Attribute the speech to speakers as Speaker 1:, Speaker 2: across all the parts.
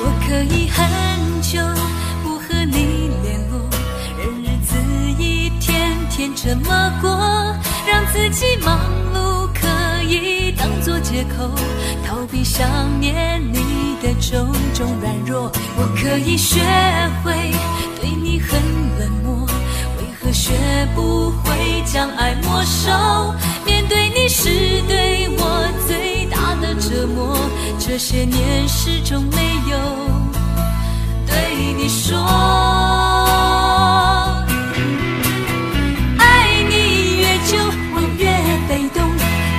Speaker 1: 我可以很久不和你联络，任日子一天天这么过，让自己忙碌可以当作借口，逃避想念你的种种软弱。我可以学会对你很冷漠，为何学不会将爱没收？面对你是对我最大的折磨，这些年始终没有对你说。爱你越久，我越被动，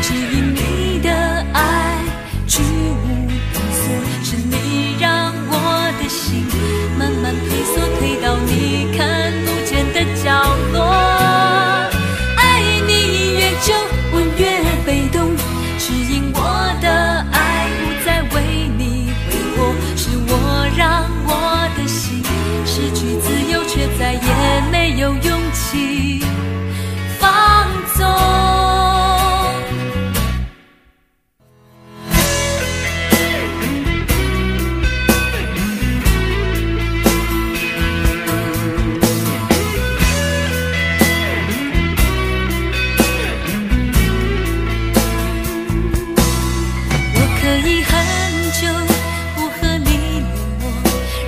Speaker 1: 只因你的爱居无定所，是你让我的心慢慢退缩，退到你看不见的角落。爱你越久，我越被动，只因我的爱不再为你挥霍，是我让我的心失去自由，却再也没有勇气。放纵。我可以很久不和你联络，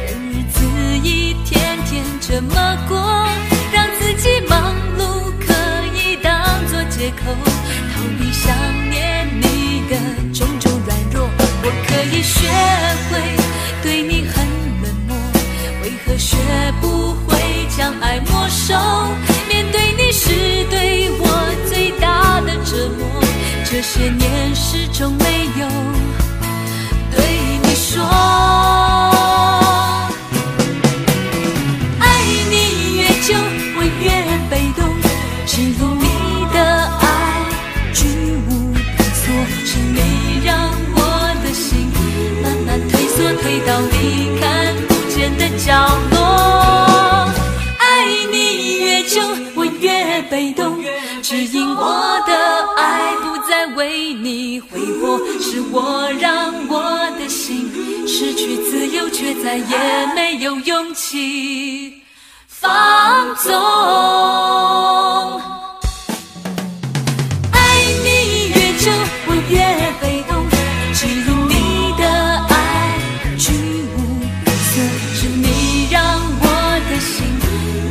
Speaker 1: 任日子一天天这么过，让自己忙碌可以当作借口，逃避想念你的种种软弱。我可以学会对你很冷漠，为何学不会将爱没收？面对你是对我最大的折磨，这些年始终没有对你说。爱你越久，我越被动，是因你的爱居无定所，是你让我的心慢慢退缩，退到你看不见的角落。爱你越久，我越被动，只因我的爱不再为你挥霍，是我让我的心失去自由，却再也没有勇气。放纵。爱你越久，我越被动，只因你的爱居无定所，是你让我的心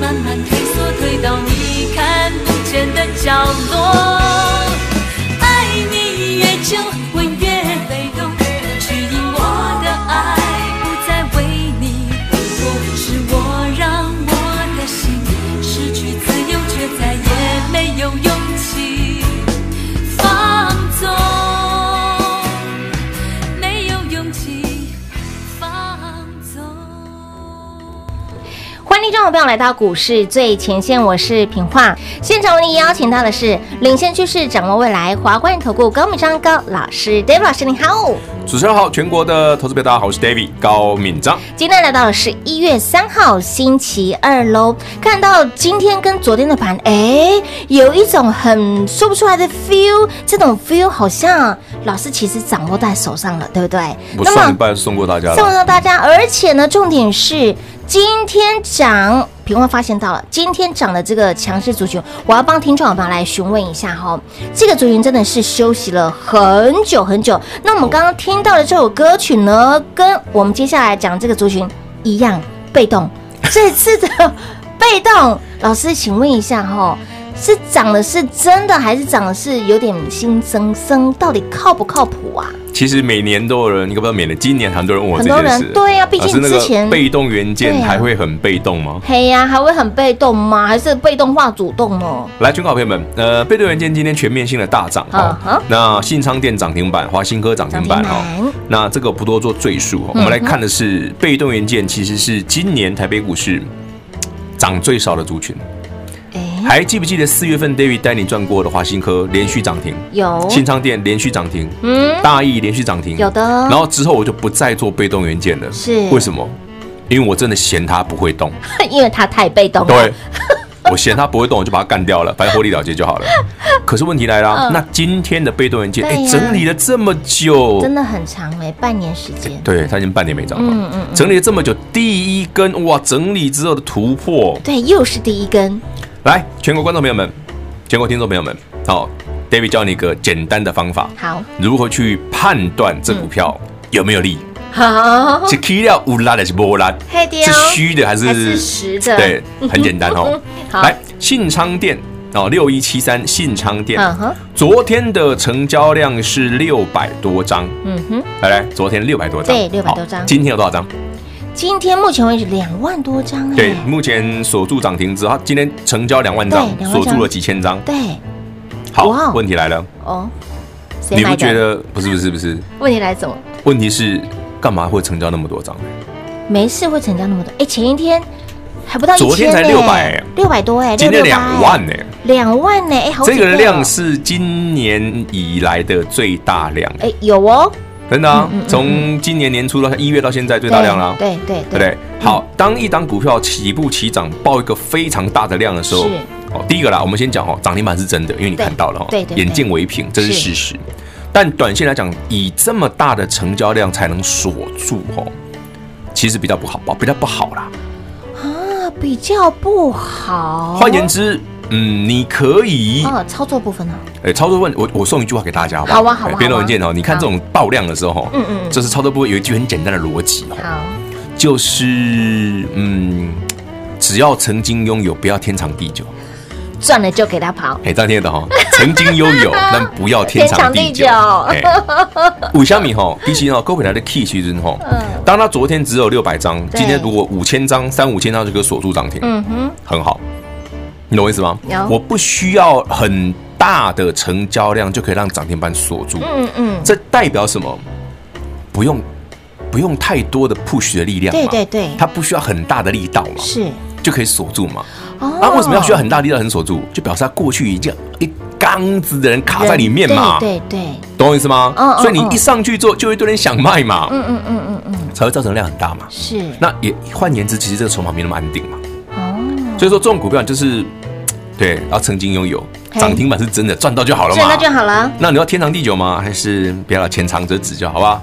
Speaker 1: 慢慢退缩，退到你看不见的角落。爱你越久，我越被动，只因我的爱不再为你挥霍，是我让我的心失去自由，却再也没有勇气放纵，没有勇气放纵。
Speaker 2: 欢迎听众朋友来到股市最前线，我是平化。现场为您邀请到的是领先趋势、掌握未来华冠投顾高敏章高老师，David 老师，你好。
Speaker 3: 主持人好，全国的投资朋友大家好，我是 David 高敏章。
Speaker 2: 今天来到了是一月三号星期二喽，看到今天跟昨天的盘，哎，有一种很说不出来的 feel，这种 feel 好像老师其实掌握在手上了，对不对？
Speaker 3: 我上一半送过大家
Speaker 2: 送
Speaker 3: 了，
Speaker 2: 到大家，而且呢，重点是今天涨，平花发现到了今天涨的这个强势族群，我要帮听众好朋友来询问一下哈、这个族群真的是休息了很久很久。那我们刚刚听到的这首歌曲呢，跟我们接下来讲这个族群一样被动，这次的被动，老师请问一下哈、是涨的是真的，还是涨的是有点心增增？到底靠不靠谱啊？
Speaker 3: 其实每年都有人，你可不知道，每年今年很多人问我这
Speaker 2: 很多
Speaker 3: 件
Speaker 2: 人
Speaker 3: 事，
Speaker 2: 对啊呀毕竟
Speaker 3: 老师那
Speaker 2: 之前
Speaker 3: 个被动元件
Speaker 2: 对啊
Speaker 3: 还会很被动吗？
Speaker 2: 嘿呀、还会很被动吗？还是被动化主动哦呢？
Speaker 3: 来，全港朋友们，呃，被动元件今天全面性的大涨哦
Speaker 2: 嗯哼
Speaker 3: 那信昌店涨停板，华新科涨停
Speaker 2: 涨
Speaker 3: 板
Speaker 2: 停
Speaker 3: 哦
Speaker 2: 板。嗯
Speaker 3: 那这个不多做赘述哦，我们来看的是被动元件，其实是今年台北股市涨最少的族群。
Speaker 2: 哎、
Speaker 3: 还记不记得四月份 David 带你赚过的华新科连续涨停，
Speaker 2: 有，
Speaker 3: 新昌店连续涨停，
Speaker 2: 嗯，
Speaker 3: 大益连续涨停，
Speaker 2: 有的哦
Speaker 3: 然后之后我就不再做被动元件了，
Speaker 2: 是
Speaker 3: 为什么？因为我真的嫌它不会动，
Speaker 2: 因为他太被动了。
Speaker 3: 对， 我嫌它不会动，我就把它干掉了，反正获利了结就 好了。可是问题来了，那今天的被动元件，
Speaker 2: 嗯对
Speaker 3: 哎，
Speaker 2: 呀
Speaker 3: 整理了这么久，
Speaker 2: 真的很长哎、半年时间。
Speaker 3: 对，它已经半年没涨了，
Speaker 2: 嗯嗯嗯
Speaker 3: 整理了这么久，第一根哇，整理之后的突破，
Speaker 2: 对，又是第一根，
Speaker 3: 来，全国观众朋友们，全国听众朋友们，好，David 教你一个简单的方法，
Speaker 2: 好，
Speaker 3: 如何去判断这股票
Speaker 2: 嗯
Speaker 3: 有没有利，
Speaker 2: 好，
Speaker 3: 是 K 料无拉的是波拉，
Speaker 2: 嘿丢
Speaker 3: 是虚的还是
Speaker 2: 哦还是实的。
Speaker 3: 对，很简单哦
Speaker 2: 好
Speaker 3: 来，信昌店哦，六一七三信昌店
Speaker 2: 嗯哼，
Speaker 3: 昨天的成交量是六百多张，
Speaker 2: 嗯哼，
Speaker 3: 来来，昨天六百多张，
Speaker 2: 对600
Speaker 3: 好
Speaker 2: 多张
Speaker 3: 今天有多少张？
Speaker 2: 今天目前为止两万多张哎、
Speaker 3: 对，目前锁住涨停之后，今天成交两万张
Speaker 2: 对，两万
Speaker 3: 锁
Speaker 2: 张
Speaker 3: 住了几千张。
Speaker 2: 对，哇哦
Speaker 3: 好，问题来了。
Speaker 2: 哦，谁
Speaker 3: 你不
Speaker 2: 买
Speaker 3: 觉
Speaker 2: 的？
Speaker 3: 得不是不是不是？
Speaker 2: 问题来怎么？
Speaker 3: 问题是干嘛会成交那么多张？
Speaker 2: 哎没事会成交那么多？哎、前一天还不到一千、欸，
Speaker 3: 昨天才600
Speaker 2: 六百多哎、6
Speaker 3: 今天
Speaker 2: 600
Speaker 3: 两万呢、
Speaker 2: 两万呢、哎、好几
Speaker 3: 这
Speaker 2: 倍哦
Speaker 3: 个量是今年以来的最大量，
Speaker 2: 哎、有哦，
Speaker 3: 真的啊！从今年年初到一月到现在最大量啦，
Speaker 2: 对对
Speaker 3: 对不对？好，当一档股票起步起涨爆一个非常大的量的时候
Speaker 2: 是，
Speaker 3: 哦，第一个啦，我们先讲哦，涨停板是真的，因为你
Speaker 2: 对
Speaker 3: 看到了哦
Speaker 2: 对对，对
Speaker 3: 眼见为凭，这是
Speaker 2: 是
Speaker 3: 事实。但短线来讲，以这么大的成交量才能锁住哦，其实比较不好吧，比较不好啦。
Speaker 2: 啊，比较不好。
Speaker 3: 换言之，嗯，你可以，
Speaker 2: 哦，操作部分呢、
Speaker 3: 哎，操作问我，我送一句话给大家好不
Speaker 2: 好啊好啊
Speaker 3: 哎
Speaker 2: 好啊
Speaker 3: 别的文件哦，你看
Speaker 2: 好
Speaker 3: 这种爆量的时候，哦
Speaker 2: 嗯嗯嗯
Speaker 3: 这是操作部位有一句很简单的逻辑哦，
Speaker 2: 好，
Speaker 3: 就是嗯，只要曾经拥有，不要天长地久。
Speaker 2: 赚了就给他跑。
Speaker 3: 哎，这样 听得懂哦，曾经拥有，但不要天长地久
Speaker 2: 天长。
Speaker 3: 哎，五虾米哈，第一哦，购回来的 key 其实哈，当它昨天只有六百张，
Speaker 2: 嗯对
Speaker 3: 今天如果五千张、三五千张就可以锁住涨停，
Speaker 2: 嗯哼，
Speaker 3: 很好，你懂我意思吗
Speaker 2: 有？
Speaker 3: 我不需要很大的成交量就可以让涨停板锁住，
Speaker 2: 嗯嗯，
Speaker 3: 这代表什么？不用不用太多的 push 的力量嘛，
Speaker 2: 对对对
Speaker 3: 它不需要很大的力道嘛，
Speaker 2: 是
Speaker 3: 就可以锁住嘛。
Speaker 2: 哦。
Speaker 3: 啊，为什么要需要很大力道很锁住？就表示它过去已经有一缸子的人卡在里面嘛，
Speaker 2: 对对对，
Speaker 3: 懂我意思吗
Speaker 2: 嗯嗯？
Speaker 3: 所以你
Speaker 2: 嗯
Speaker 3: 一上去之后，就一堆人想卖嘛，
Speaker 2: 嗯嗯嗯嗯嗯，
Speaker 3: 才会造成量很大嘛。
Speaker 2: 是
Speaker 3: 那也换言之，其实这个筹码没那么安定嘛。
Speaker 2: 哦，
Speaker 3: 所以说这种股票就是，对，要曾经拥有
Speaker 2: 嘿
Speaker 3: 涨停板是真的赚到就好了嘛，
Speaker 2: 赚到就好了。
Speaker 3: 那你要天长地久吗？还是不要了，浅尝辄止就好，好 吧？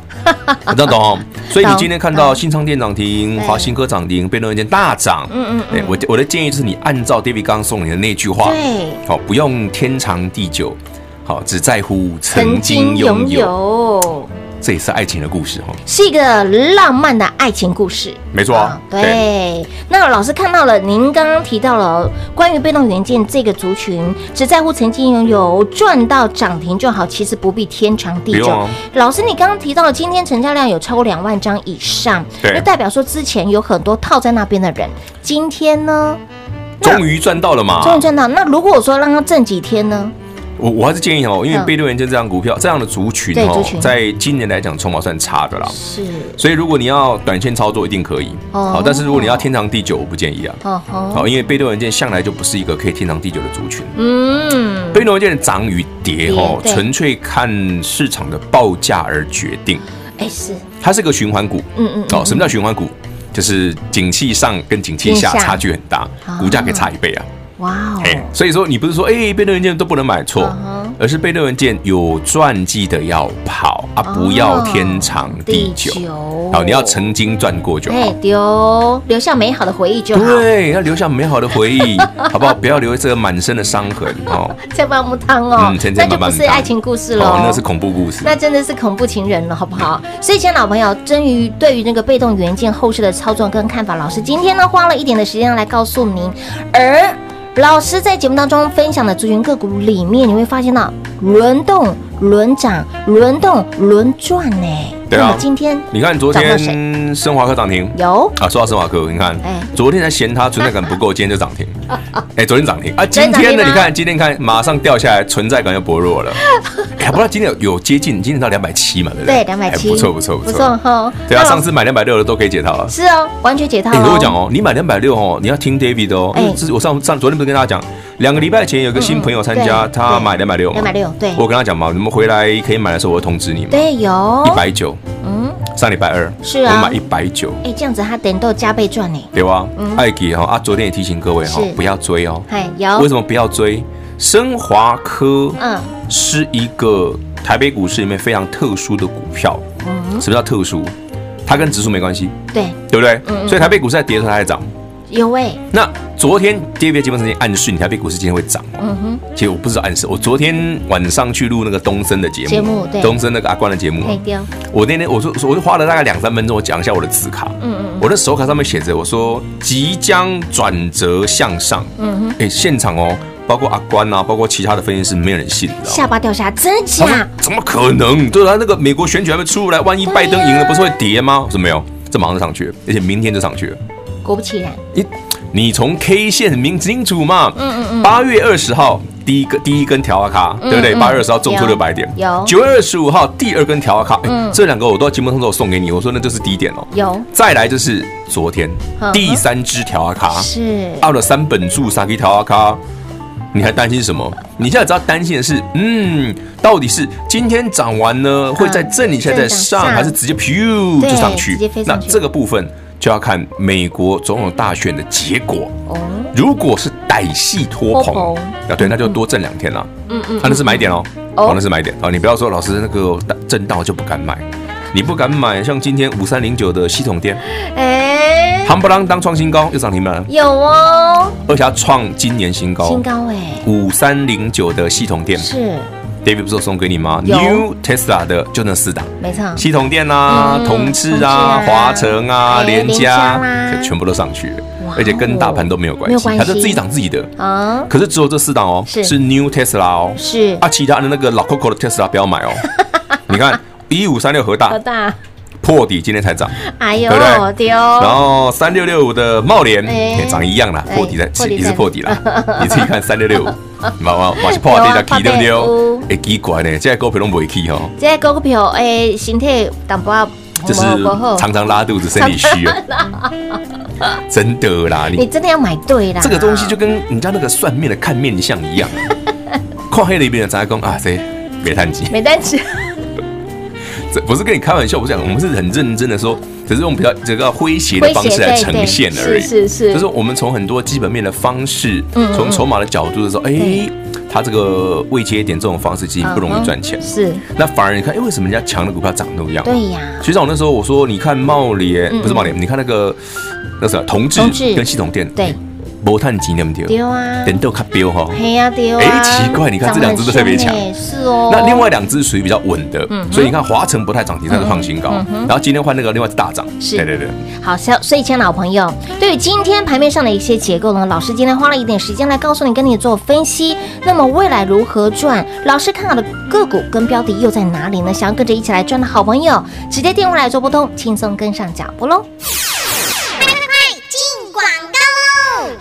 Speaker 3: 你这样懂哦。所以你今天看到新昌电涨停、
Speaker 2: 嗯对
Speaker 3: 华新科涨停、被动元件大涨，
Speaker 2: 嗯嗯
Speaker 3: 哎，我我的建议就是你按照 David 刚刚送你的那句话，
Speaker 2: 对，
Speaker 3: 好，不用天长地久，好，只在乎曾经拥有，
Speaker 2: 有
Speaker 3: 这也是爱情的故事哦。
Speaker 2: 是一个浪漫的爱情故事。
Speaker 3: 没错啊
Speaker 2: 对。那老师看到了，您刚刚提到了关于被动元件这个族群，只在乎曾经拥有赚到涨停就好，其实不必天长地久。
Speaker 3: 不用啊
Speaker 2: 老师，你刚刚提到了今天成交量有超过两万张以上，
Speaker 3: 对
Speaker 2: 那代表说之前有很多套在那边的人，今天呢
Speaker 3: 终于赚到了嘛！
Speaker 2: 终于赚到。那如果我说让他挣几天呢？
Speaker 3: 我我还是建议哦，因为
Speaker 2: 嗯
Speaker 3: 被动元件这样股票这样的族群
Speaker 2: 对族
Speaker 3: 哦
Speaker 2: 群，
Speaker 3: 在今年来讲筹码算差的啦。
Speaker 2: 是
Speaker 3: 所以如果你要短线操作，一定可以。
Speaker 2: 哦
Speaker 3: 好，但是如果你要天长地久，我不建议啊。
Speaker 2: 哦吼，
Speaker 3: 好，因为被动元件向来就不是一个可以天长地久的族群。
Speaker 2: 嗯，
Speaker 3: 被动元件的涨与跌哦，
Speaker 2: 跌对
Speaker 3: 纯粹看市场的报价而决定。
Speaker 2: 哎是，
Speaker 3: 它是个循环股，
Speaker 2: 嗯嗯
Speaker 3: 哦，什么叫循环股？就是景气上跟景气下
Speaker 2: 景气下
Speaker 3: 差距很大
Speaker 2: 啊，
Speaker 3: 股价可以差一倍啊。
Speaker 2: 哇哦，
Speaker 3: 哎，哦所以说你不是说哎被动元件都不能买错
Speaker 2: 嗯哼，
Speaker 3: 而是被动元件有赚记得要跑啊，不要天长地久
Speaker 2: 地久。
Speaker 3: 好，你要曾经赚过就好
Speaker 2: 哎。丢，留下美好的回忆就好。
Speaker 3: 对，要留下美好的回 忆，好不好？不要留这个满身的伤痕哦。
Speaker 2: 在棒木汤哦，
Speaker 3: 嗯千
Speaker 2: 那
Speaker 3: 千
Speaker 2: 就
Speaker 3: 万
Speaker 2: 不
Speaker 3: 万
Speaker 2: 是爱情故事喽、
Speaker 3: 哦，那是恐怖故事。
Speaker 2: 那真的是恐怖情人了，好不好？所以，亲爱的老朋友，针于对于那个被动元件后市的操作跟看法，老师今天呢花了一点的时间来告诉您，而。老师在节目当中分享的族群个股里面，你会发现到轮动、轮涨、轮动、轮转呢、
Speaker 3: 对啊
Speaker 2: 那么今天
Speaker 3: 你看昨
Speaker 2: 涨到谁
Speaker 3: 天升华科涨停
Speaker 2: 有
Speaker 3: 啊，说到升华科，你看
Speaker 2: 哎
Speaker 3: 昨天还嫌它存在感不够，今天就涨 停。哎，昨天涨停啊，
Speaker 2: 昨天
Speaker 3: 今
Speaker 2: 涨停
Speaker 3: 天呢？
Speaker 2: 吗
Speaker 3: 你看今天看马上掉下来，存在感又薄 弱了。哎，不知道今天有有接近，今天到两百七嘛，对不对？
Speaker 2: 对两百
Speaker 3: 哎
Speaker 2: 七，
Speaker 3: 不错不错
Speaker 2: 不
Speaker 3: 不
Speaker 2: 错
Speaker 3: 错。
Speaker 2: 哈。
Speaker 3: 对啊，
Speaker 2: 那
Speaker 3: 上次买两百六的都可以解套了。
Speaker 2: 是哦，完全解套、哦
Speaker 3: 哎、我跟我讲哦，你买两百六哦，你要听 David 的哦。
Speaker 2: 哎
Speaker 3: 因为之我上上昨天不是跟大家讲，两个礼拜前有个新朋友参
Speaker 2: 嗯
Speaker 3: 加，
Speaker 2: 嗯对
Speaker 3: 他买两百六嘛，
Speaker 2: 260对
Speaker 3: 我跟他讲嘛，你们回来可以买的时候，我会通知你嘛。
Speaker 2: 对有
Speaker 3: 一，百九，
Speaker 2: 嗯，
Speaker 3: 上礼拜二
Speaker 2: 是啊
Speaker 3: 我买一百九，
Speaker 2: 哎，这样子它等都有加倍赚呢。
Speaker 3: 对吧？艾吉哈啊，昨天也提醒各位哈
Speaker 2: 嗯是，
Speaker 3: 不要追哦。
Speaker 2: 嗨，有
Speaker 3: 为什么不要追？升华科
Speaker 2: 嗯
Speaker 3: 是一个台北股市里面非常特殊的股票。
Speaker 2: 嗯，
Speaker 3: 什么叫特殊？它跟指数没关系，
Speaker 2: 对，
Speaker 3: 对不对？
Speaker 2: 嗯嗯
Speaker 3: 所以台北股市在跌的时候它在涨。
Speaker 2: 有哎，
Speaker 3: 那昨天 David 基本上暗示你台北股市今天会涨哦，
Speaker 2: 嗯哼，
Speaker 3: 其实我不是暗示，我昨天晚上去录那个东森的节目，
Speaker 2: 节目对
Speaker 3: 东森那个阿关的节目
Speaker 2: 可以
Speaker 3: 哦，
Speaker 2: 丢，
Speaker 3: 我那天我说我就花了大概两三分钟，我讲一下我的字卡，
Speaker 2: 嗯嗯
Speaker 3: 我的手卡上面写着我说即将转折向上，
Speaker 2: 嗯哼，
Speaker 3: 哎，现场哦，包括阿关啊，包括其他的分析师，没有人信，你知道吗？
Speaker 2: 下巴掉下来，啊真
Speaker 3: 他说
Speaker 2: 假？
Speaker 3: 怎么可能？对他啊那个美国选举还没出来，万一拜登赢了，不是会跌吗？我说没有，这马上就上去了，而且明天就上去了。
Speaker 2: 果不其然，
Speaker 3: 你你从 K 线很明清楚嘛？
Speaker 2: 嗯嗯嗯
Speaker 3: 八月二十号第一个第一根调啊卡，
Speaker 2: 嗯
Speaker 3: 对不对？
Speaker 2: 嗯
Speaker 3: 八月二十号重挫
Speaker 2: 有
Speaker 3: 六百点，
Speaker 2: 有
Speaker 3: 九月二十五号第二根调啊卡，哎
Speaker 2: 哦嗯
Speaker 3: 这两个我都在节目上都有送给你，我说那就是低点哦。
Speaker 2: 有
Speaker 3: 再来就是昨天
Speaker 2: 嗯
Speaker 3: 第三支调啊卡，
Speaker 2: 是
Speaker 3: 到了三本柱萨基调啊卡。你还担心什么？你现在只要担心的是，嗯，到底是今天涨完呢，会在震一下再上，
Speaker 2: 嗯上
Speaker 3: 还是直接噗
Speaker 2: 对
Speaker 3: 就上去
Speaker 2: 直接飞？
Speaker 3: 那
Speaker 2: 上去
Speaker 3: 这个部分就要看美国总统大选的结果。
Speaker 2: 哦，
Speaker 3: 如果是歹戏拖
Speaker 2: 拖
Speaker 3: 棚
Speaker 2: 棚
Speaker 3: 啊，对，那就多挣两天啦。
Speaker 2: 嗯嗯
Speaker 3: 啊，那是买点哦，
Speaker 2: 哦
Speaker 3: 哦，那是买点啊。你不要说老师那个震荡就不敢买，你不敢买，像今天五三零九的系统店，
Speaker 2: 哎，
Speaker 3: 夯不啷当创新高又涨停板了，
Speaker 2: 有哦，
Speaker 3: 而且它创今年新高
Speaker 2: 新。高哎，
Speaker 3: 五三零九的系统店
Speaker 2: 是
Speaker 3: ，David 不是有送给你吗
Speaker 2: 有
Speaker 3: ？New Tesla 的就那四档，
Speaker 2: 没错，
Speaker 3: 系统店啊
Speaker 2: 嗯，
Speaker 3: 同志
Speaker 2: 同志啊
Speaker 3: 啊，华城啊，
Speaker 2: 哎
Speaker 3: 联
Speaker 2: 联
Speaker 3: 家
Speaker 2: 家啦
Speaker 3: 这全部都上去了
Speaker 2: 哇哦，
Speaker 3: 而且跟大盘都没有
Speaker 2: 没
Speaker 3: 关
Speaker 2: 有
Speaker 3: 系
Speaker 2: 关，系
Speaker 3: 它是自己涨自己的。
Speaker 2: 啊，
Speaker 3: 可是只有这四档哦，
Speaker 2: 是
Speaker 3: 是 New Tesla 哦，
Speaker 2: 是
Speaker 3: 啊，其他的那个老 Coco 的 Tesla 不 要买哦。你看一五三六和大
Speaker 2: 大，
Speaker 3: 破底，今天才涨，
Speaker 2: 哎呦
Speaker 3: 啊
Speaker 2: 哦
Speaker 3: 对不
Speaker 2: 丢，
Speaker 3: 然后三六六五的茂联
Speaker 2: 哎
Speaker 3: 也涨一样啦，
Speaker 2: 哎
Speaker 3: 破底在
Speaker 2: 破底在
Speaker 3: 也是破底 啦。你自己看三六六五，嘛嘛嘛是破底在起对不
Speaker 2: 有啊破底
Speaker 3: 对？哎，奇怪呢，这个股票拢不会起哦，
Speaker 2: 这个股票诶，身体淡薄啊，
Speaker 3: 就是
Speaker 2: 不好
Speaker 3: 常常拉肚子，身体虚啊， 真的啦，
Speaker 2: 你啊
Speaker 3: 你
Speaker 2: 真的要买对啦。
Speaker 3: 这个东西就跟人家那个算命的看面相一 样，看黑了一边的杂工啊，谁没探机？
Speaker 2: 没单词，
Speaker 3: 这不是跟你开玩笑，不是讲，我们是很认真的说，只是用比较这个诙谐的方式来呈现而已。
Speaker 2: 是是是，
Speaker 3: 就是我们从很多基本面的方式
Speaker 2: 嗯嗯，
Speaker 3: 从筹码的角度的时候，哎
Speaker 2: 对，
Speaker 3: 它这个未接点这种方式其实不容易赚钱
Speaker 2: 嗯。是
Speaker 3: 那反而你看，哎，为什么人家强的股票涨都一样？
Speaker 2: 对呀，
Speaker 3: 学长那时候我说，你看茂联
Speaker 2: 嗯
Speaker 3: 不是茂联，你看那个那什么同志
Speaker 2: 同志
Speaker 3: 跟系统店，
Speaker 2: 对，
Speaker 3: 博探级对不对？
Speaker 2: 丢啊，
Speaker 3: 人都看标哈。
Speaker 2: 嘿呀丢啊，
Speaker 3: 哎奇怪你看这两只都特别强
Speaker 2: 长得很凶哎是哦。
Speaker 3: 那另外两只属于比较稳的
Speaker 2: 嗯，哼
Speaker 3: 所以你看华晨不太涨停，但是创新高
Speaker 2: 嗯。哼
Speaker 3: 然后今天换那个另外一只大涨，
Speaker 2: 是
Speaker 3: 对对对。
Speaker 2: 好，所以所以，亲爱的老朋友，对于今天盘面上的一些结构呢，老师今天花了一点时间来告诉你，跟你做分析。那么未来如何赚？老师看好的个股跟标的又在哪里呢？想要跟着一起来赚的好朋友，直接电话来做拨通，轻松跟上脚步喽。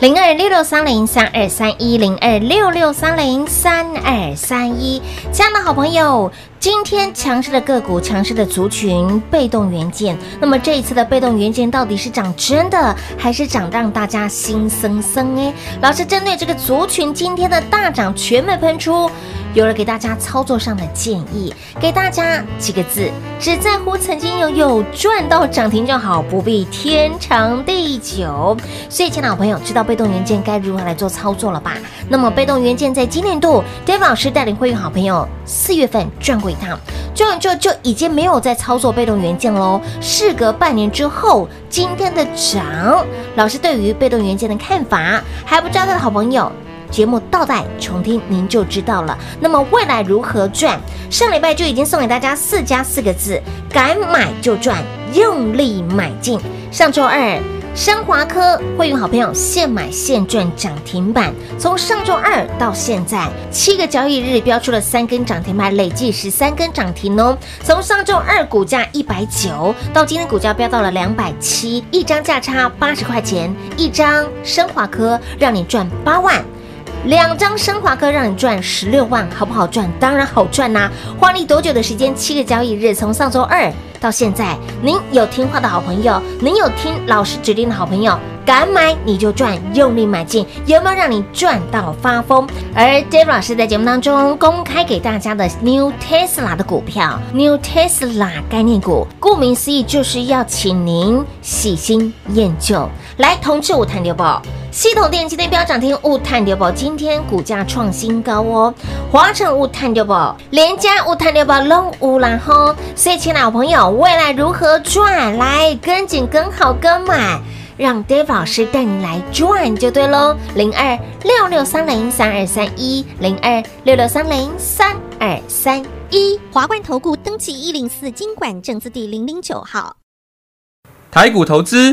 Speaker 2: 零二六六三零三二三一零二六六三零三二三一，亲爱的好朋友，今天强势的个股、强势的族群、被动元件，那么这一次的被动元件到底是涨真的，还是涨让大家心生生？哎，老师针对这个族群今天的大涨，全面喷出，有了给大家操作上的建议，给大家几个字：只在乎曾经拥有，赚到涨停就好，不必天长地久。所以，亲爱的好朋友，知道被动元件该如何来做操作了吧？那么，被动元件在今年度，Dave 老师带领会员好朋友四月份转过一趟，转完之后就已经没有在操作被动元件喽。事隔半年之后，今天的涨，老师对于被动元件的看法，还不知道的好朋友。节目倒带重听，您就知道了。那么未来如何赚？上礼拜就已经送给大家四加四个字：敢买就赚，用力买进。上周二升华科会员好朋友现买现赚涨停板，从上周二到现在七个交易日标出了三根涨停板，累计十三根涨停哦。从上周二股价一百九到今天股价飙到了两百七，一张价差八十块钱，一张升华科让你赚八万。两张升华科让你赚十六万，好不好赚？当然好赚啦、花你多久的时间？七个交易日，从上周二到现在，您有听话的好朋友，您有听老师指令的好朋友，敢买你就赚，用力买进，有没有让你赚到发疯？而 Dave 老师在节目当中公开给大家的 New Tesla 的股票，New Tesla 概念股，顾名思义就是要请您喜新厌旧，来同志我谈刘宝。系统电今天飙涨停，勿探六宝，今天股价创新高哦。华晨勿探六宝，联家勿探六宝，拢无然后。所以，亲爱的朋友，未来如何赚？来跟紧、跟好、跟满，让 Dave 老师带你来赚就对喽。零二六六三零三二三一，零二六六三零三二三一。
Speaker 4: 华冠投顾登记一零四经管证字第零零九号，
Speaker 5: 台股投资，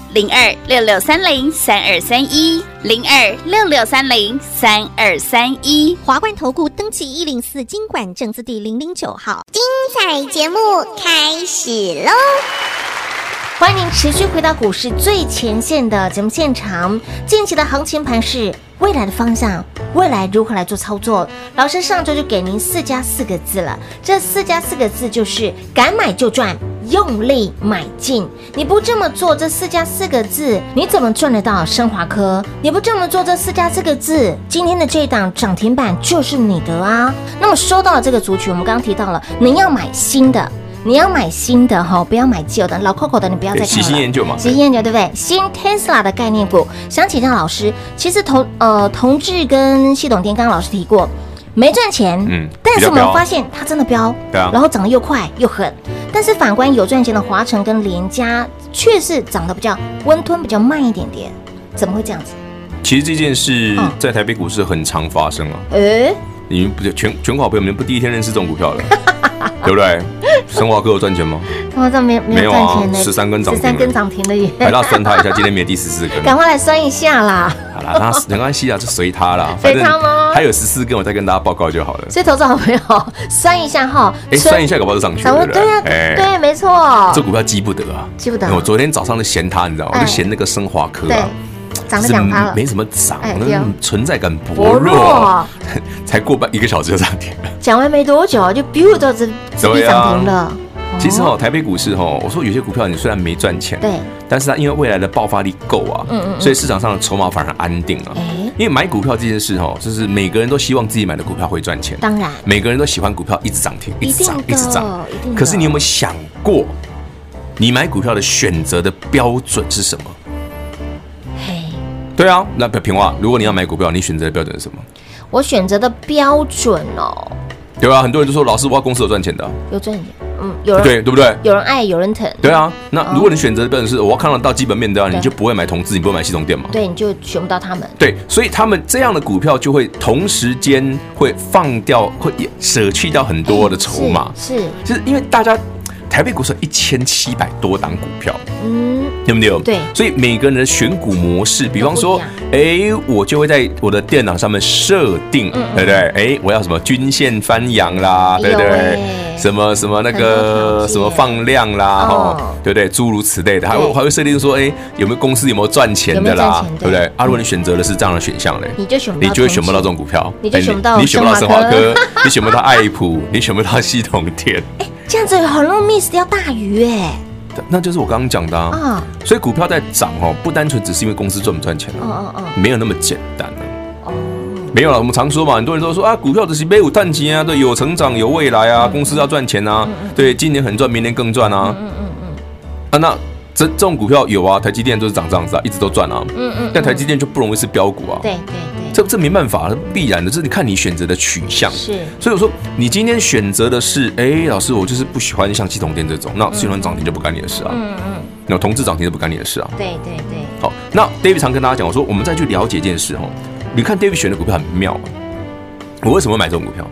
Speaker 6: 零二六六三零三二三一零二六六三零三二三一。
Speaker 4: 华冠投顾登记一零四经管证字第零零九号。
Speaker 7: 彩节目开始喽！
Speaker 2: 欢迎您持续回到股市最前线的节目现场。近期的行情盘是未来的方向，未来如何来做操作？老师上周就给您四加四个字了，这四加四个字就是敢买就赚。用力买进，你不这么做，这四加四个字，你怎么赚得到升华科？你不这么做，这四加四个字，今天的这一档涨停板就是你的啊。那么说到了这个族群，我们刚刚提到了，你要买新的，你要买新的哈、不要买旧的，老 Coco 的你不要再
Speaker 3: 对，
Speaker 2: 看
Speaker 3: 喜新
Speaker 2: 了
Speaker 3: 厌旧嘛，
Speaker 2: 新研究对不对？新 Tesla 的概念股，想请教老师，其实同呃同志跟系统电刚刚老师提过，没赚钱，
Speaker 3: 嗯
Speaker 2: 但是我
Speaker 3: 比较
Speaker 2: 们
Speaker 3: 飙啊
Speaker 2: 发现它真的飙，
Speaker 3: 对啊
Speaker 2: 然后涨得又快又狠。但是反观有赚钱的华晨跟联家，却是涨得比较温吞，比较慢一点点，怎么会这样子？
Speaker 3: 其实这件事
Speaker 2: 嗯
Speaker 3: 在台北股市很常发生啊，
Speaker 2: 诶，
Speaker 3: 你们不是全全国好朋友们不第一天认识这种股 票的，对不对？生华哥有赚钱吗？
Speaker 2: 他们这没有没
Speaker 3: 没
Speaker 2: 有
Speaker 3: 有
Speaker 2: 赚
Speaker 3: 啊
Speaker 2: 钱呢，
Speaker 3: 13根涨停
Speaker 2: 十三根涨停的 耶，
Speaker 3: 来，那酸他一下，今天没有第十四根。
Speaker 2: 赶快来算一下啦！
Speaker 3: 好啦，那没关系啊，就随 他啦，
Speaker 2: 随他吗
Speaker 3: 还有十四根，我再跟大家报告就好了。
Speaker 2: 所以投资好朋友算一下哈，
Speaker 3: 哎，
Speaker 2: 春
Speaker 3: 算一下，搞不好就上去
Speaker 2: 掌握
Speaker 3: 了，
Speaker 2: 对啊，
Speaker 3: 哎
Speaker 2: 对，没错，
Speaker 3: 这股票记不得啊，
Speaker 2: 记不得
Speaker 3: 因为我昨天早上就嫌它，你知道吗？我
Speaker 2: 哎
Speaker 3: 就嫌那个升华科
Speaker 2: 对
Speaker 3: 啊，，
Speaker 2: 涨了
Speaker 3: 是
Speaker 2: 两趴了，
Speaker 3: 没什么涨
Speaker 2: 哎，对
Speaker 3: 那
Speaker 2: 啊
Speaker 3: 存在感薄
Speaker 2: 薄
Speaker 3: 弱
Speaker 2: 弱，
Speaker 3: 才过半一个小时就涨停了。
Speaker 2: 讲完没多久就 biu 到这这笔
Speaker 3: 对啊
Speaker 2: 涨停了。
Speaker 3: 其实哈，台北股市哈，我说有些股票你虽然没赚钱，
Speaker 2: 对，嗯
Speaker 3: 但是它因为未来的爆发力够啊，所以市场上的筹码反而安定啊。
Speaker 2: 哎，
Speaker 3: 因为买股票这件事哈，就是每个人都希望自己买的股票会赚钱，
Speaker 2: 当然
Speaker 3: 每个人都喜欢股票一直涨停，一直涨，一直涨。
Speaker 2: 一定的嗯
Speaker 3: 可是你有没有想过，你买股票的选择的标准是什么？
Speaker 2: 嘿，
Speaker 3: 对啊，那平话，如果你要买股票，你选择的标准是什么？
Speaker 2: 我选择的标准哦，
Speaker 3: 对啊，很多人都说老师，我要公司有赚钱的啊，
Speaker 2: 有赚钱，嗯，有人
Speaker 3: 对对不对？
Speaker 2: 有人爱，有人疼，
Speaker 3: 对啊，那如果你选择的标准是我要看得到基本面的啊，你就不会买同志，你不会买系统店嘛？
Speaker 2: 对，你就选不到他们，
Speaker 3: 对，所以他们这样的股票就会同时间会放掉，会也舍弃掉很多的筹码，
Speaker 2: 哎是，是
Speaker 3: 就是因为大家台北股市一千七百多档股票，
Speaker 2: 嗯，
Speaker 3: 对不对？
Speaker 2: 对
Speaker 3: 所以每个人的选股模式，比方
Speaker 2: 都
Speaker 3: 说
Speaker 2: 不，
Speaker 3: 哎，我就会在我的电脑上面设定，
Speaker 2: 嗯
Speaker 3: 对不对？哎，我要什么均线翻扬啦，
Speaker 2: 哎
Speaker 3: 对
Speaker 2: 呦
Speaker 3: 不对
Speaker 2: 喂？
Speaker 3: 什么什么那
Speaker 2: 很有条
Speaker 3: 个
Speaker 2: 件
Speaker 3: 什么放量啦，
Speaker 2: 哦
Speaker 3: 哈，对不对？诸如此类的，还会
Speaker 2: 对
Speaker 3: 还会设定说，哎，有没有公司有没有赚钱的
Speaker 2: 有没有赚
Speaker 3: 啦
Speaker 2: 钱，的
Speaker 3: 对不对？啊，如果你选择的是这样的选项嘞，
Speaker 2: 你就选不到，
Speaker 3: 你就会选不到这种，股票，
Speaker 2: 你就
Speaker 3: 哎
Speaker 2: 选不到
Speaker 3: 你选不到
Speaker 2: 升
Speaker 3: 生
Speaker 2: 华
Speaker 3: 华科， 你选不到爱普，你选不到系统天，
Speaker 2: 这样子很容易 miss 掉大鱼哎，
Speaker 3: 那就是我刚刚讲的啊。
Speaker 2: 啊，
Speaker 3: 所以股票在涨哦，不单纯只是因为公司赚不赚钱
Speaker 2: 哦
Speaker 3: 啊，
Speaker 2: 哦哦，嗯
Speaker 3: 没有那么简单啊。没有了，我们常说嘛，很多人都说啊，股票只是没有赚钱啊，对，有成长有
Speaker 2: 嗯嗯
Speaker 3: 未来啊，公司要赚钱啊，对，今年很赚，明年更赚啊，啊，那这这种股票有啊，台积电都是涨这样子啊，一直都赚啊。
Speaker 2: 嗯嗯
Speaker 3: 但台积电就不容易是标股啊。
Speaker 2: 对对
Speaker 3: 这这没办法，必然的，这是看你选择的取向
Speaker 2: 对，。是
Speaker 3: 所以我说，你今天选择的是，哎，老师，我就是不喜欢像系统店这种，那系统涨停就不干你的事啊，
Speaker 2: 嗯嗯，
Speaker 3: 那同质涨停就不干你的事啊。
Speaker 2: 对对对，
Speaker 3: 好，那 David 常跟大家讲，我说我们再去了解一件事哦，你看 David 选的股票很妙、啊，我为什么会买这种股票？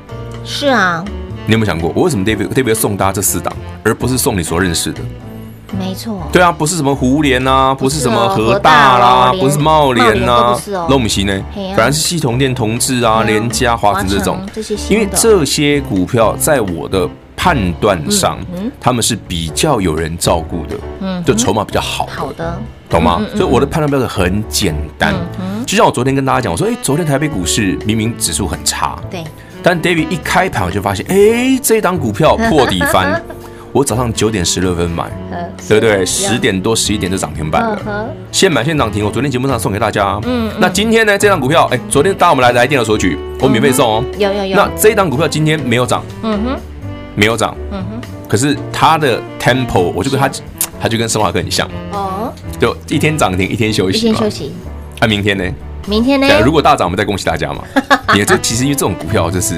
Speaker 2: 是啊，
Speaker 3: 你有没有想过，我为什么 David David 要送大家这四档，而不是送你所认识的？
Speaker 2: 没错，
Speaker 3: 对啊，不是什么胡联啊，不是什么
Speaker 2: 不是哦
Speaker 3: 和大啦，
Speaker 2: 和大哦
Speaker 3: 不是茂联啊
Speaker 2: 联都
Speaker 3: 呐
Speaker 2: 不是哦，
Speaker 3: 那我们行呢
Speaker 2: 嘿啊，
Speaker 3: 反而是系统店同志啊、
Speaker 2: 对啊
Speaker 3: 联家、华晨这种
Speaker 2: 华晨这些，新
Speaker 3: 因
Speaker 2: 的
Speaker 3: 为这些股票在我的判断上
Speaker 2: 嗯嗯，
Speaker 3: 他们是比较有人照顾的，
Speaker 2: 嗯
Speaker 3: 就筹码比较好的
Speaker 2: 好的，
Speaker 3: 懂吗
Speaker 2: 嗯嗯？嗯
Speaker 3: 所以我的判断标准很简单
Speaker 2: 嗯，
Speaker 3: 就像我昨天跟大家讲，我说，哎，昨天台北股市明明指数很差，
Speaker 2: 对，
Speaker 3: 但 David 一开盘我就发现，哎，这一档股票破底 翻，我早上九点十六分买，
Speaker 2: 呃
Speaker 3: 对不对？十，点多、十一点就涨停板
Speaker 2: 嗯
Speaker 3: 了，
Speaker 2: 哼，
Speaker 3: 现买现涨停。我昨天节目上送给大家。嗯，那今天呢？这档股票，哎，昨天搭我们来来电的索取，我免费送哦。
Speaker 2: 有嗯有有，
Speaker 3: 那这档股票今天没有涨，
Speaker 2: 嗯哼，
Speaker 3: 没有涨，
Speaker 2: 嗯
Speaker 3: 可是它的 tempo，我就跟它，它就跟生华哥很像，
Speaker 2: 哼，哦，
Speaker 3: 就一天涨停，一天休
Speaker 2: 一
Speaker 3: 息
Speaker 2: 天
Speaker 3: 嘛。
Speaker 2: 休息，
Speaker 3: 那明天呢？
Speaker 2: 明天呢
Speaker 3: 对，？啊如果大涨，我们再恭喜大 家嘛。也这其实因为这种股票就是。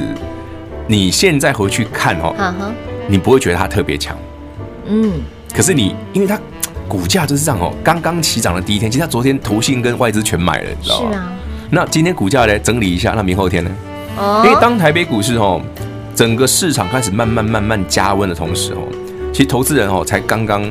Speaker 3: 你现在回去看哦，
Speaker 2: 哈啊哈，
Speaker 3: 你不会觉得它特别强，
Speaker 2: 嗯，
Speaker 3: 可是你，因为它股价就是这样哦，刚刚起涨的第一天，其实它昨天投信跟外资全买了，你知
Speaker 2: 是
Speaker 3: 道吗？
Speaker 2: 啊，
Speaker 3: 那今天股价来整理一下，那明后天呢？
Speaker 2: 哦
Speaker 3: 因为当台北股市哦，整个市场开始慢慢慢慢加温的同时哦，其实投资人哦才刚刚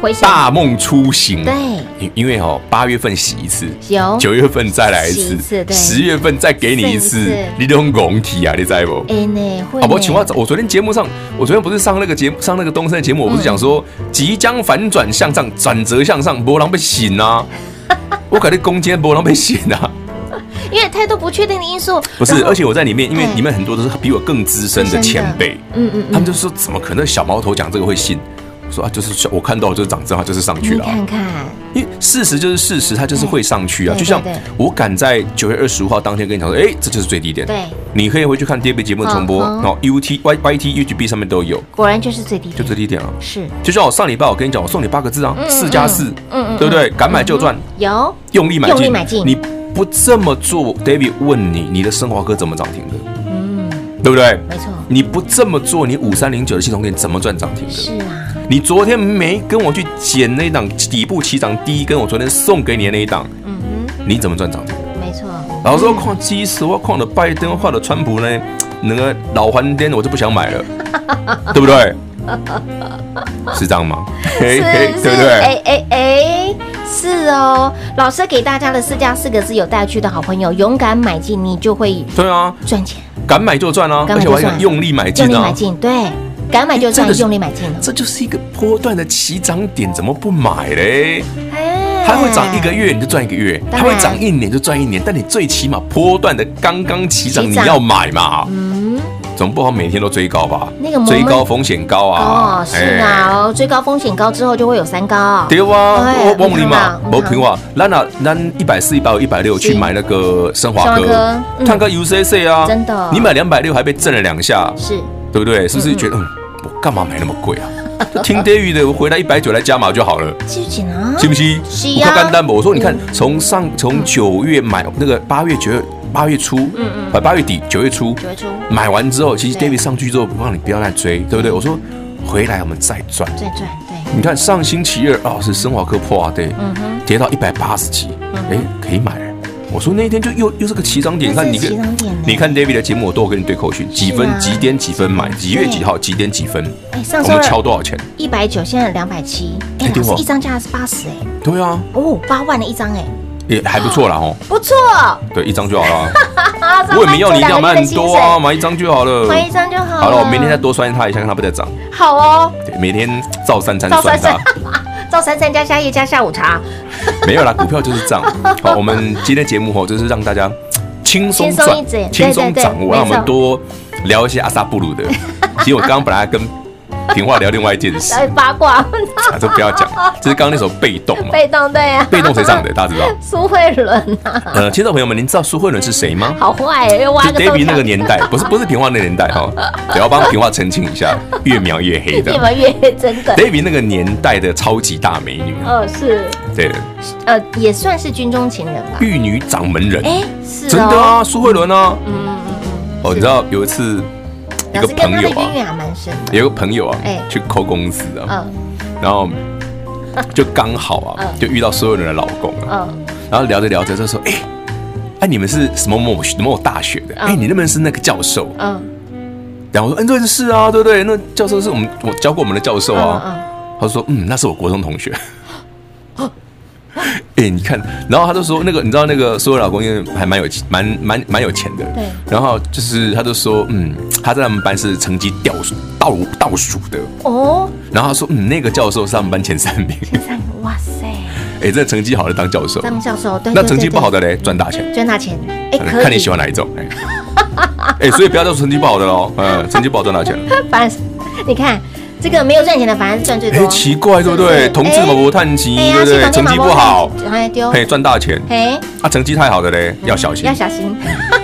Speaker 2: 回想
Speaker 3: 大梦初醒。
Speaker 2: 对
Speaker 3: 因因为哦，八月份洗一次，
Speaker 2: 有
Speaker 3: 九月份再来一
Speaker 2: 哦洗一次
Speaker 3: 次，
Speaker 2: 对
Speaker 3: 十月份再给你一
Speaker 2: 剩一
Speaker 3: 次
Speaker 2: 次，
Speaker 3: 你都用拱体啊，你知不？
Speaker 2: 哎呢会
Speaker 3: 好
Speaker 2: 呢，
Speaker 3: 啊不好？请问我昨天节目上，我昨天不是上那个节目上那个东森的
Speaker 2: 嗯
Speaker 3: 节目，我不是讲说即将反转向上，转折向上，波浪被醒 啊！我感觉攻坚波浪被醒啊！
Speaker 2: 因为太多不确定的因素，
Speaker 3: 不是，
Speaker 2: 然后
Speaker 3: 而且我在里面，因为
Speaker 2: 哎
Speaker 3: 里面很多都是比我更资深的前辈，
Speaker 2: 嗯嗯
Speaker 3: 他们就说怎么可能小毛头讲这个会信？我说啊，就是小我看到了就是长这样，就是上去
Speaker 2: 你
Speaker 3: 了啊、
Speaker 2: 看看，
Speaker 3: 因为事实就是事实，它就是会上去啊。
Speaker 2: 嗯对
Speaker 3: 就像
Speaker 2: 对对
Speaker 3: 我敢在九月二十五号当天跟你讲说，哎，这就是最低点。
Speaker 2: 对，
Speaker 3: 你可以回去看第二 b 节目的重播，
Speaker 2: 嗯嗯
Speaker 3: 然后 UT Y YT UGB 上面都有，
Speaker 2: 果然就是最低点，
Speaker 3: 就最低点啊。
Speaker 2: 是
Speaker 3: 就像我上礼拜我跟你讲，我送你八个字啊，四加四，
Speaker 2: 嗯嗯
Speaker 3: 对不对？敢买就赚，
Speaker 2: 有
Speaker 3: 用力买进，
Speaker 2: 用力买进
Speaker 3: 你不这么做，David 问你，你的升华科怎么涨停的？嗯，对不对？
Speaker 2: 没错，
Speaker 3: 你不这么做，你五三零九的系统点怎么赚涨停的？
Speaker 2: 是啊，
Speaker 3: 你昨天没跟我去捡那一档底部起涨第一根，我昨天送给你的那一档，
Speaker 2: 嗯
Speaker 3: 你怎么赚涨停？
Speaker 2: 哼，没错，
Speaker 3: 老师，我看基石，我看了拜登，换了川普呢，那个老黄颠，我就不想买 了，对不对？是这样 吗？嘿
Speaker 2: 是
Speaker 3: 嘿，
Speaker 2: 是，
Speaker 3: 哎对不对？
Speaker 2: 哎哎哎，是哦。老师给大家的四加四个字有带去的好朋友，勇敢买进，你就会
Speaker 3: 对啊，
Speaker 2: 赚钱，
Speaker 3: 敢买就赚啊，
Speaker 2: 敢
Speaker 3: 而
Speaker 2: 买
Speaker 3: 且
Speaker 2: 就
Speaker 3: 我还
Speaker 2: 赚
Speaker 3: 想用力买
Speaker 2: 用
Speaker 3: 进
Speaker 2: 力买
Speaker 3: 啊，
Speaker 2: 进，对，敢买就
Speaker 3: 真
Speaker 2: 赚
Speaker 3: 的，是
Speaker 2: 用力买进了，
Speaker 3: 这就是一个波段的起涨点，怎么不买嘞？
Speaker 2: 哎
Speaker 3: 它会涨一个，月你就赚一个月，
Speaker 2: 当然
Speaker 3: 它会涨一年就赚一年，但你最起码波段的刚刚起涨
Speaker 2: 起
Speaker 3: 你
Speaker 2: 涨
Speaker 3: 要买嘛，
Speaker 2: 嗯，
Speaker 3: 总不好每天都追高吧
Speaker 2: 那个摩？
Speaker 3: 追高风险高啊
Speaker 2: 哦，，是啊，哦，最高风险高之后就会有三高，
Speaker 3: 对哇，
Speaker 2: 哎
Speaker 3: 我忘你嘛，
Speaker 2: 嗯
Speaker 3: 无凭我，咱啊，咱一百四、一百五、一百六去买那个升华
Speaker 2: 升华
Speaker 3: 哥
Speaker 2: 哥嗯，
Speaker 3: 探个 UCC 啊，
Speaker 2: 真的
Speaker 3: 你买两百六还被震了两下，
Speaker 2: 是
Speaker 3: 对不对？是不是觉得嗯，我干嘛买那么贵啊？ 就听 David 的，我回来一百九来加码就 好了，
Speaker 2: 继续紧啊，
Speaker 3: 信不信？
Speaker 2: 是
Speaker 3: 我
Speaker 2: 啊
Speaker 3: 看干单不？我说你看，从上从九月买那个八月九月八月初，嗯嗯，八月底九月初
Speaker 2: 九月初
Speaker 3: 买完之后，其实
Speaker 2: 对嗯
Speaker 3: David 上去之后，不让你不要再追，对不对？我说回来我们再赚。
Speaker 2: 再赚，对，
Speaker 3: 你看上星期二啊，是生华科破啊，对，
Speaker 2: 嗯
Speaker 3: 跌到一百八十几，哎，可以买。我说那一天就又又是个起涨点，你看
Speaker 2: 这
Speaker 3: 你
Speaker 2: 是起
Speaker 3: 跟
Speaker 2: 涨点呢啊
Speaker 3: 你看 David 的节目，我都有跟你对口讯，几分几点几分买，几月几号几点几分，
Speaker 2: 哎，
Speaker 3: 我
Speaker 2: 上周
Speaker 3: 们哦敲多少钱？
Speaker 2: 一百九，现在两百七，哎，
Speaker 3: 哎
Speaker 2: 老
Speaker 3: 对
Speaker 2: 师
Speaker 3: 哦
Speaker 2: 一张价是八十，哎，
Speaker 3: 对啊，
Speaker 2: 哦，八万的一张，哎，
Speaker 3: 也还不错啦哦，
Speaker 2: 不错，
Speaker 3: 对，一张就 好了。
Speaker 2: 啊，
Speaker 3: 我也没要你一定要买
Speaker 2: 上班
Speaker 3: 很
Speaker 2: 族两个月的薪
Speaker 3: 多啊，
Speaker 2: 水，
Speaker 3: 买一张就好了。
Speaker 2: 买一张哦就好。
Speaker 3: 好了，我明天再多酸它一下，看它不再涨。
Speaker 2: 好哦，
Speaker 3: 对，每天照三餐
Speaker 2: 赵
Speaker 3: 酸
Speaker 2: 珊珊
Speaker 3: 它。，
Speaker 2: 赵珊珊加宵夜加下午茶，
Speaker 3: 没有啦，股票就是 这样。好，我们今天节目哦，就是让大家轻松
Speaker 2: 轻松一
Speaker 3: 赚
Speaker 2: 点对、
Speaker 3: 轻松
Speaker 2: 对对
Speaker 3: 掌握，
Speaker 2: 没
Speaker 3: 让
Speaker 2: 错
Speaker 3: 我们多聊一些阿萨布鲁的。其实我刚刚本来跟平话聊另外一件事
Speaker 2: 来，八卦，
Speaker 3: 啊这不要讲，这是刚刚那首被动嘛？
Speaker 2: 被动对啊，
Speaker 3: 被动谁唱的？大家知道？
Speaker 2: 苏慧伦啊，
Speaker 3: 呃，听众朋友们，您知道苏慧伦是谁吗？
Speaker 2: 好坏耶又挖
Speaker 3: 是
Speaker 2: 个洞
Speaker 3: David 那个年代，不是不是平话那个年代哈，得要帮平话澄清 一下，越描越黑
Speaker 2: 你
Speaker 3: 的。
Speaker 2: 们越真梗，
Speaker 3: David 那个年代的超级大美女，
Speaker 2: 哦是，
Speaker 3: 对的，
Speaker 2: 呃也算是军中情人吧，
Speaker 3: 玉女掌门人，
Speaker 2: 哎是哦
Speaker 3: 真的，啊，苏慧伦啊，
Speaker 2: 嗯嗯
Speaker 3: 哦，你知道有一次一
Speaker 2: 老
Speaker 3: 个
Speaker 2: 师跟
Speaker 3: 朋
Speaker 2: 他的
Speaker 3: 友
Speaker 2: 渊
Speaker 3: 啊，
Speaker 2: 源还蛮深的，
Speaker 3: 有个朋友啊
Speaker 2: 哎，
Speaker 3: 去抠公司啊，
Speaker 2: 嗯
Speaker 3: 然后就刚好啊，就遇到苏慧伦的老公啊，
Speaker 2: 嗯
Speaker 3: 然后聊着聊着就说，哎，哎你们是什么某某某大学的？哎，你认不认识那个教授？
Speaker 2: 嗯，
Speaker 3: 然后我说，嗯，对，是啊，对不对？那教授是我们我教过我们的教授啊。
Speaker 2: 嗯嗯
Speaker 3: 他说，嗯，那是我国中同学。 哎、你看，然后他就说那个，你知道那个所有老公因为还蛮有钱蛮蛮蛮有钱的，
Speaker 2: 对。
Speaker 3: 然后就是他就说，嗯，他在他们班是成绩倒数倒倒数的。
Speaker 2: 哦，
Speaker 3: 然后他说，嗯，那个教授是他们班前三名。
Speaker 2: 哇塞，
Speaker 3: 哎、这成绩好的当教授，
Speaker 2: 张教授，对，
Speaker 3: 那
Speaker 2: 对
Speaker 3: 成绩
Speaker 2: 对
Speaker 3: 不好
Speaker 2: 对
Speaker 3: 的嘞赚大钱。
Speaker 2: 捐他钱，哎，可以，
Speaker 3: 看你喜欢哪 一种。哎、哎所以不要再说成绩不好的喽，嗯，成绩不好赚大钱了。
Speaker 2: 反正你看这个没有赚钱的，反而是赚最
Speaker 3: 哎、
Speaker 2: 多。
Speaker 3: 奇怪，对不
Speaker 2: 是不
Speaker 3: 对？
Speaker 2: 是
Speaker 3: 同志嘛不叹息，
Speaker 2: 哎哎呀
Speaker 3: 对不对？成绩不好，
Speaker 2: 哎丢，
Speaker 3: 嘿，赚大钱
Speaker 2: 哎，
Speaker 3: 啊，成绩太好的嘞，要小心
Speaker 2: 嗯要。小心，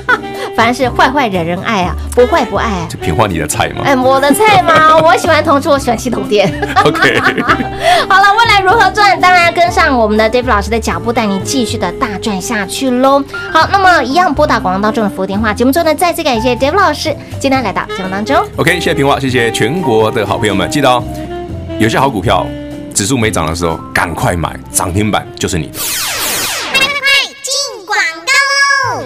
Speaker 2: 反而是坏坏惹人爱啊，不坏不爱啊。
Speaker 3: 就平换你的菜嘛
Speaker 2: 哎，我的菜嘛， 我喜欢同桌，我喜欢系统店。
Speaker 3: ，OK，
Speaker 2: 好了，未来如何赚？当然要跟上我们的 Dave 老师的脚步，带你继续的大赚下去喽。好，那么一样拨打广告当中的服务电话。节目中呢，再次感谢 Dave 老师今天来到节目当中。
Speaker 3: OK，谢谢平话，谢谢全国的好朋友们，记得哦，有些好股票指数没涨的时候，赶快买，涨停板就是你的。
Speaker 7: 进广告喽！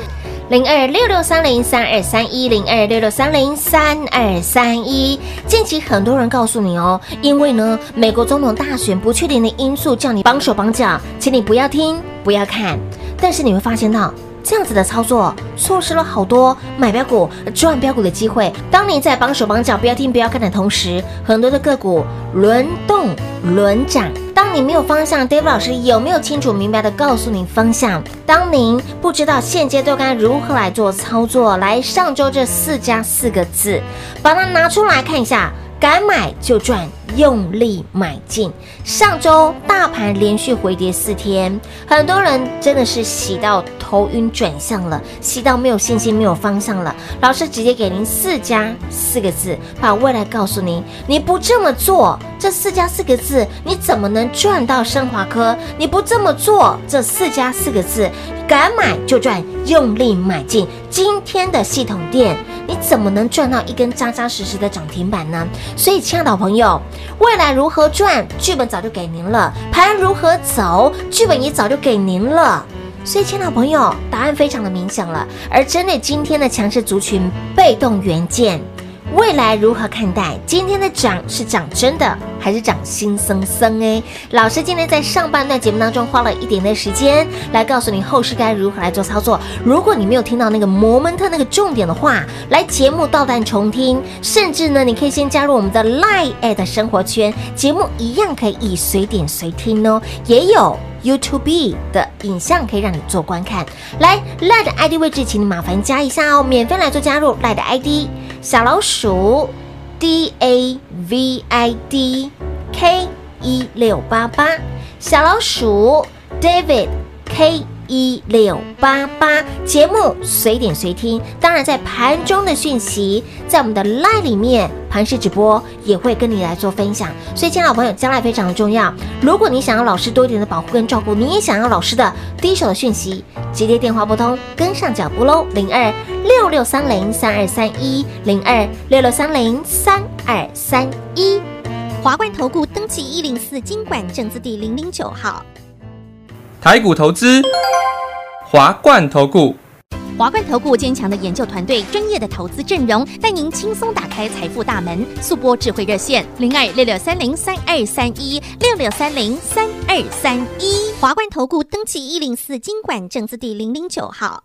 Speaker 2: 零二六六三零三二三一零二六六三零三二三一。近期很多人告诉你哦，因为呢，美国总统大选不确定的因素，叫你绑手绑脚，请你不要听，不要看。但是你会发现到。这样子的操作，错失了好多买标股、赚标股的机会。当你在绑手绑脚、不要听、不要看的同时，很多的个股轮动、轮涨。当你没有方向，Dave 老师有没有清楚明白的告诉您方向？当您不知道现阶段该如何来做操作，来上周这四加四个字，把它拿出来看一下。敢买就赚，用力买进。上周大盘连续回跌四天，很多人真的是洗到头晕转向了，洗到没有信心、没有方向了。老师直接给您四加四个字，把未来告诉您。你不这么做，这四加四个字，你怎么能赚到升华科？你不这么做，这四加四个字，敢买就赚，用力买进。今天的系统店，你怎么能赚到一根扎扎实实的涨停板呢？所以，亲爱的朋友，未来如何赚，剧本早就给您了；盘如何走，剧本也早就给您了。所以，亲爱的朋友，答案非常的明显了。而针对今天的强势族群被动元件，未来如何看待？今天的涨是涨真的，还是涨心森森？哎，老师今天在上半段节目当中花了一点点时间来告诉你后市该如何来做操作。如果你没有听到那个摩门特那个重点的话，来节目倒带重听，甚至呢，你可以先加入我们的 Line at 生活圈，节目一样可以随点随听哦，也有。YouTube 的影像可以让你做观看。来，Line 的 ID 位置，请你麻烦加一下哦，免费来做加入 Line 的 ID 小老鼠 D A V I D K 一六八八，小老鼠 David K。一六八八节目随点随听，当然在盘中的讯息，在我们的 LINE 里面盘式直播也会跟你来做分享。所以，亲爱的朋友，将来非常的重要。如果你想要老师多一点的保护跟照顾，你也想要老师的第一手的讯息，直接电话拨通，跟上脚步喽，零二六六三零三二三一零二六六三零三二三一。
Speaker 4: 华冠投顾登记一零四经管证字第零零九号。
Speaker 5: 台股投资，华冠投顾。
Speaker 4: 华冠投顾坚强的研究团队，专业的投资阵容，带您轻松打开财富大门。速播智慧热线零二六六三零三二三一六六三零三二三一。华冠投顾登记一零四经管证字第零零九号。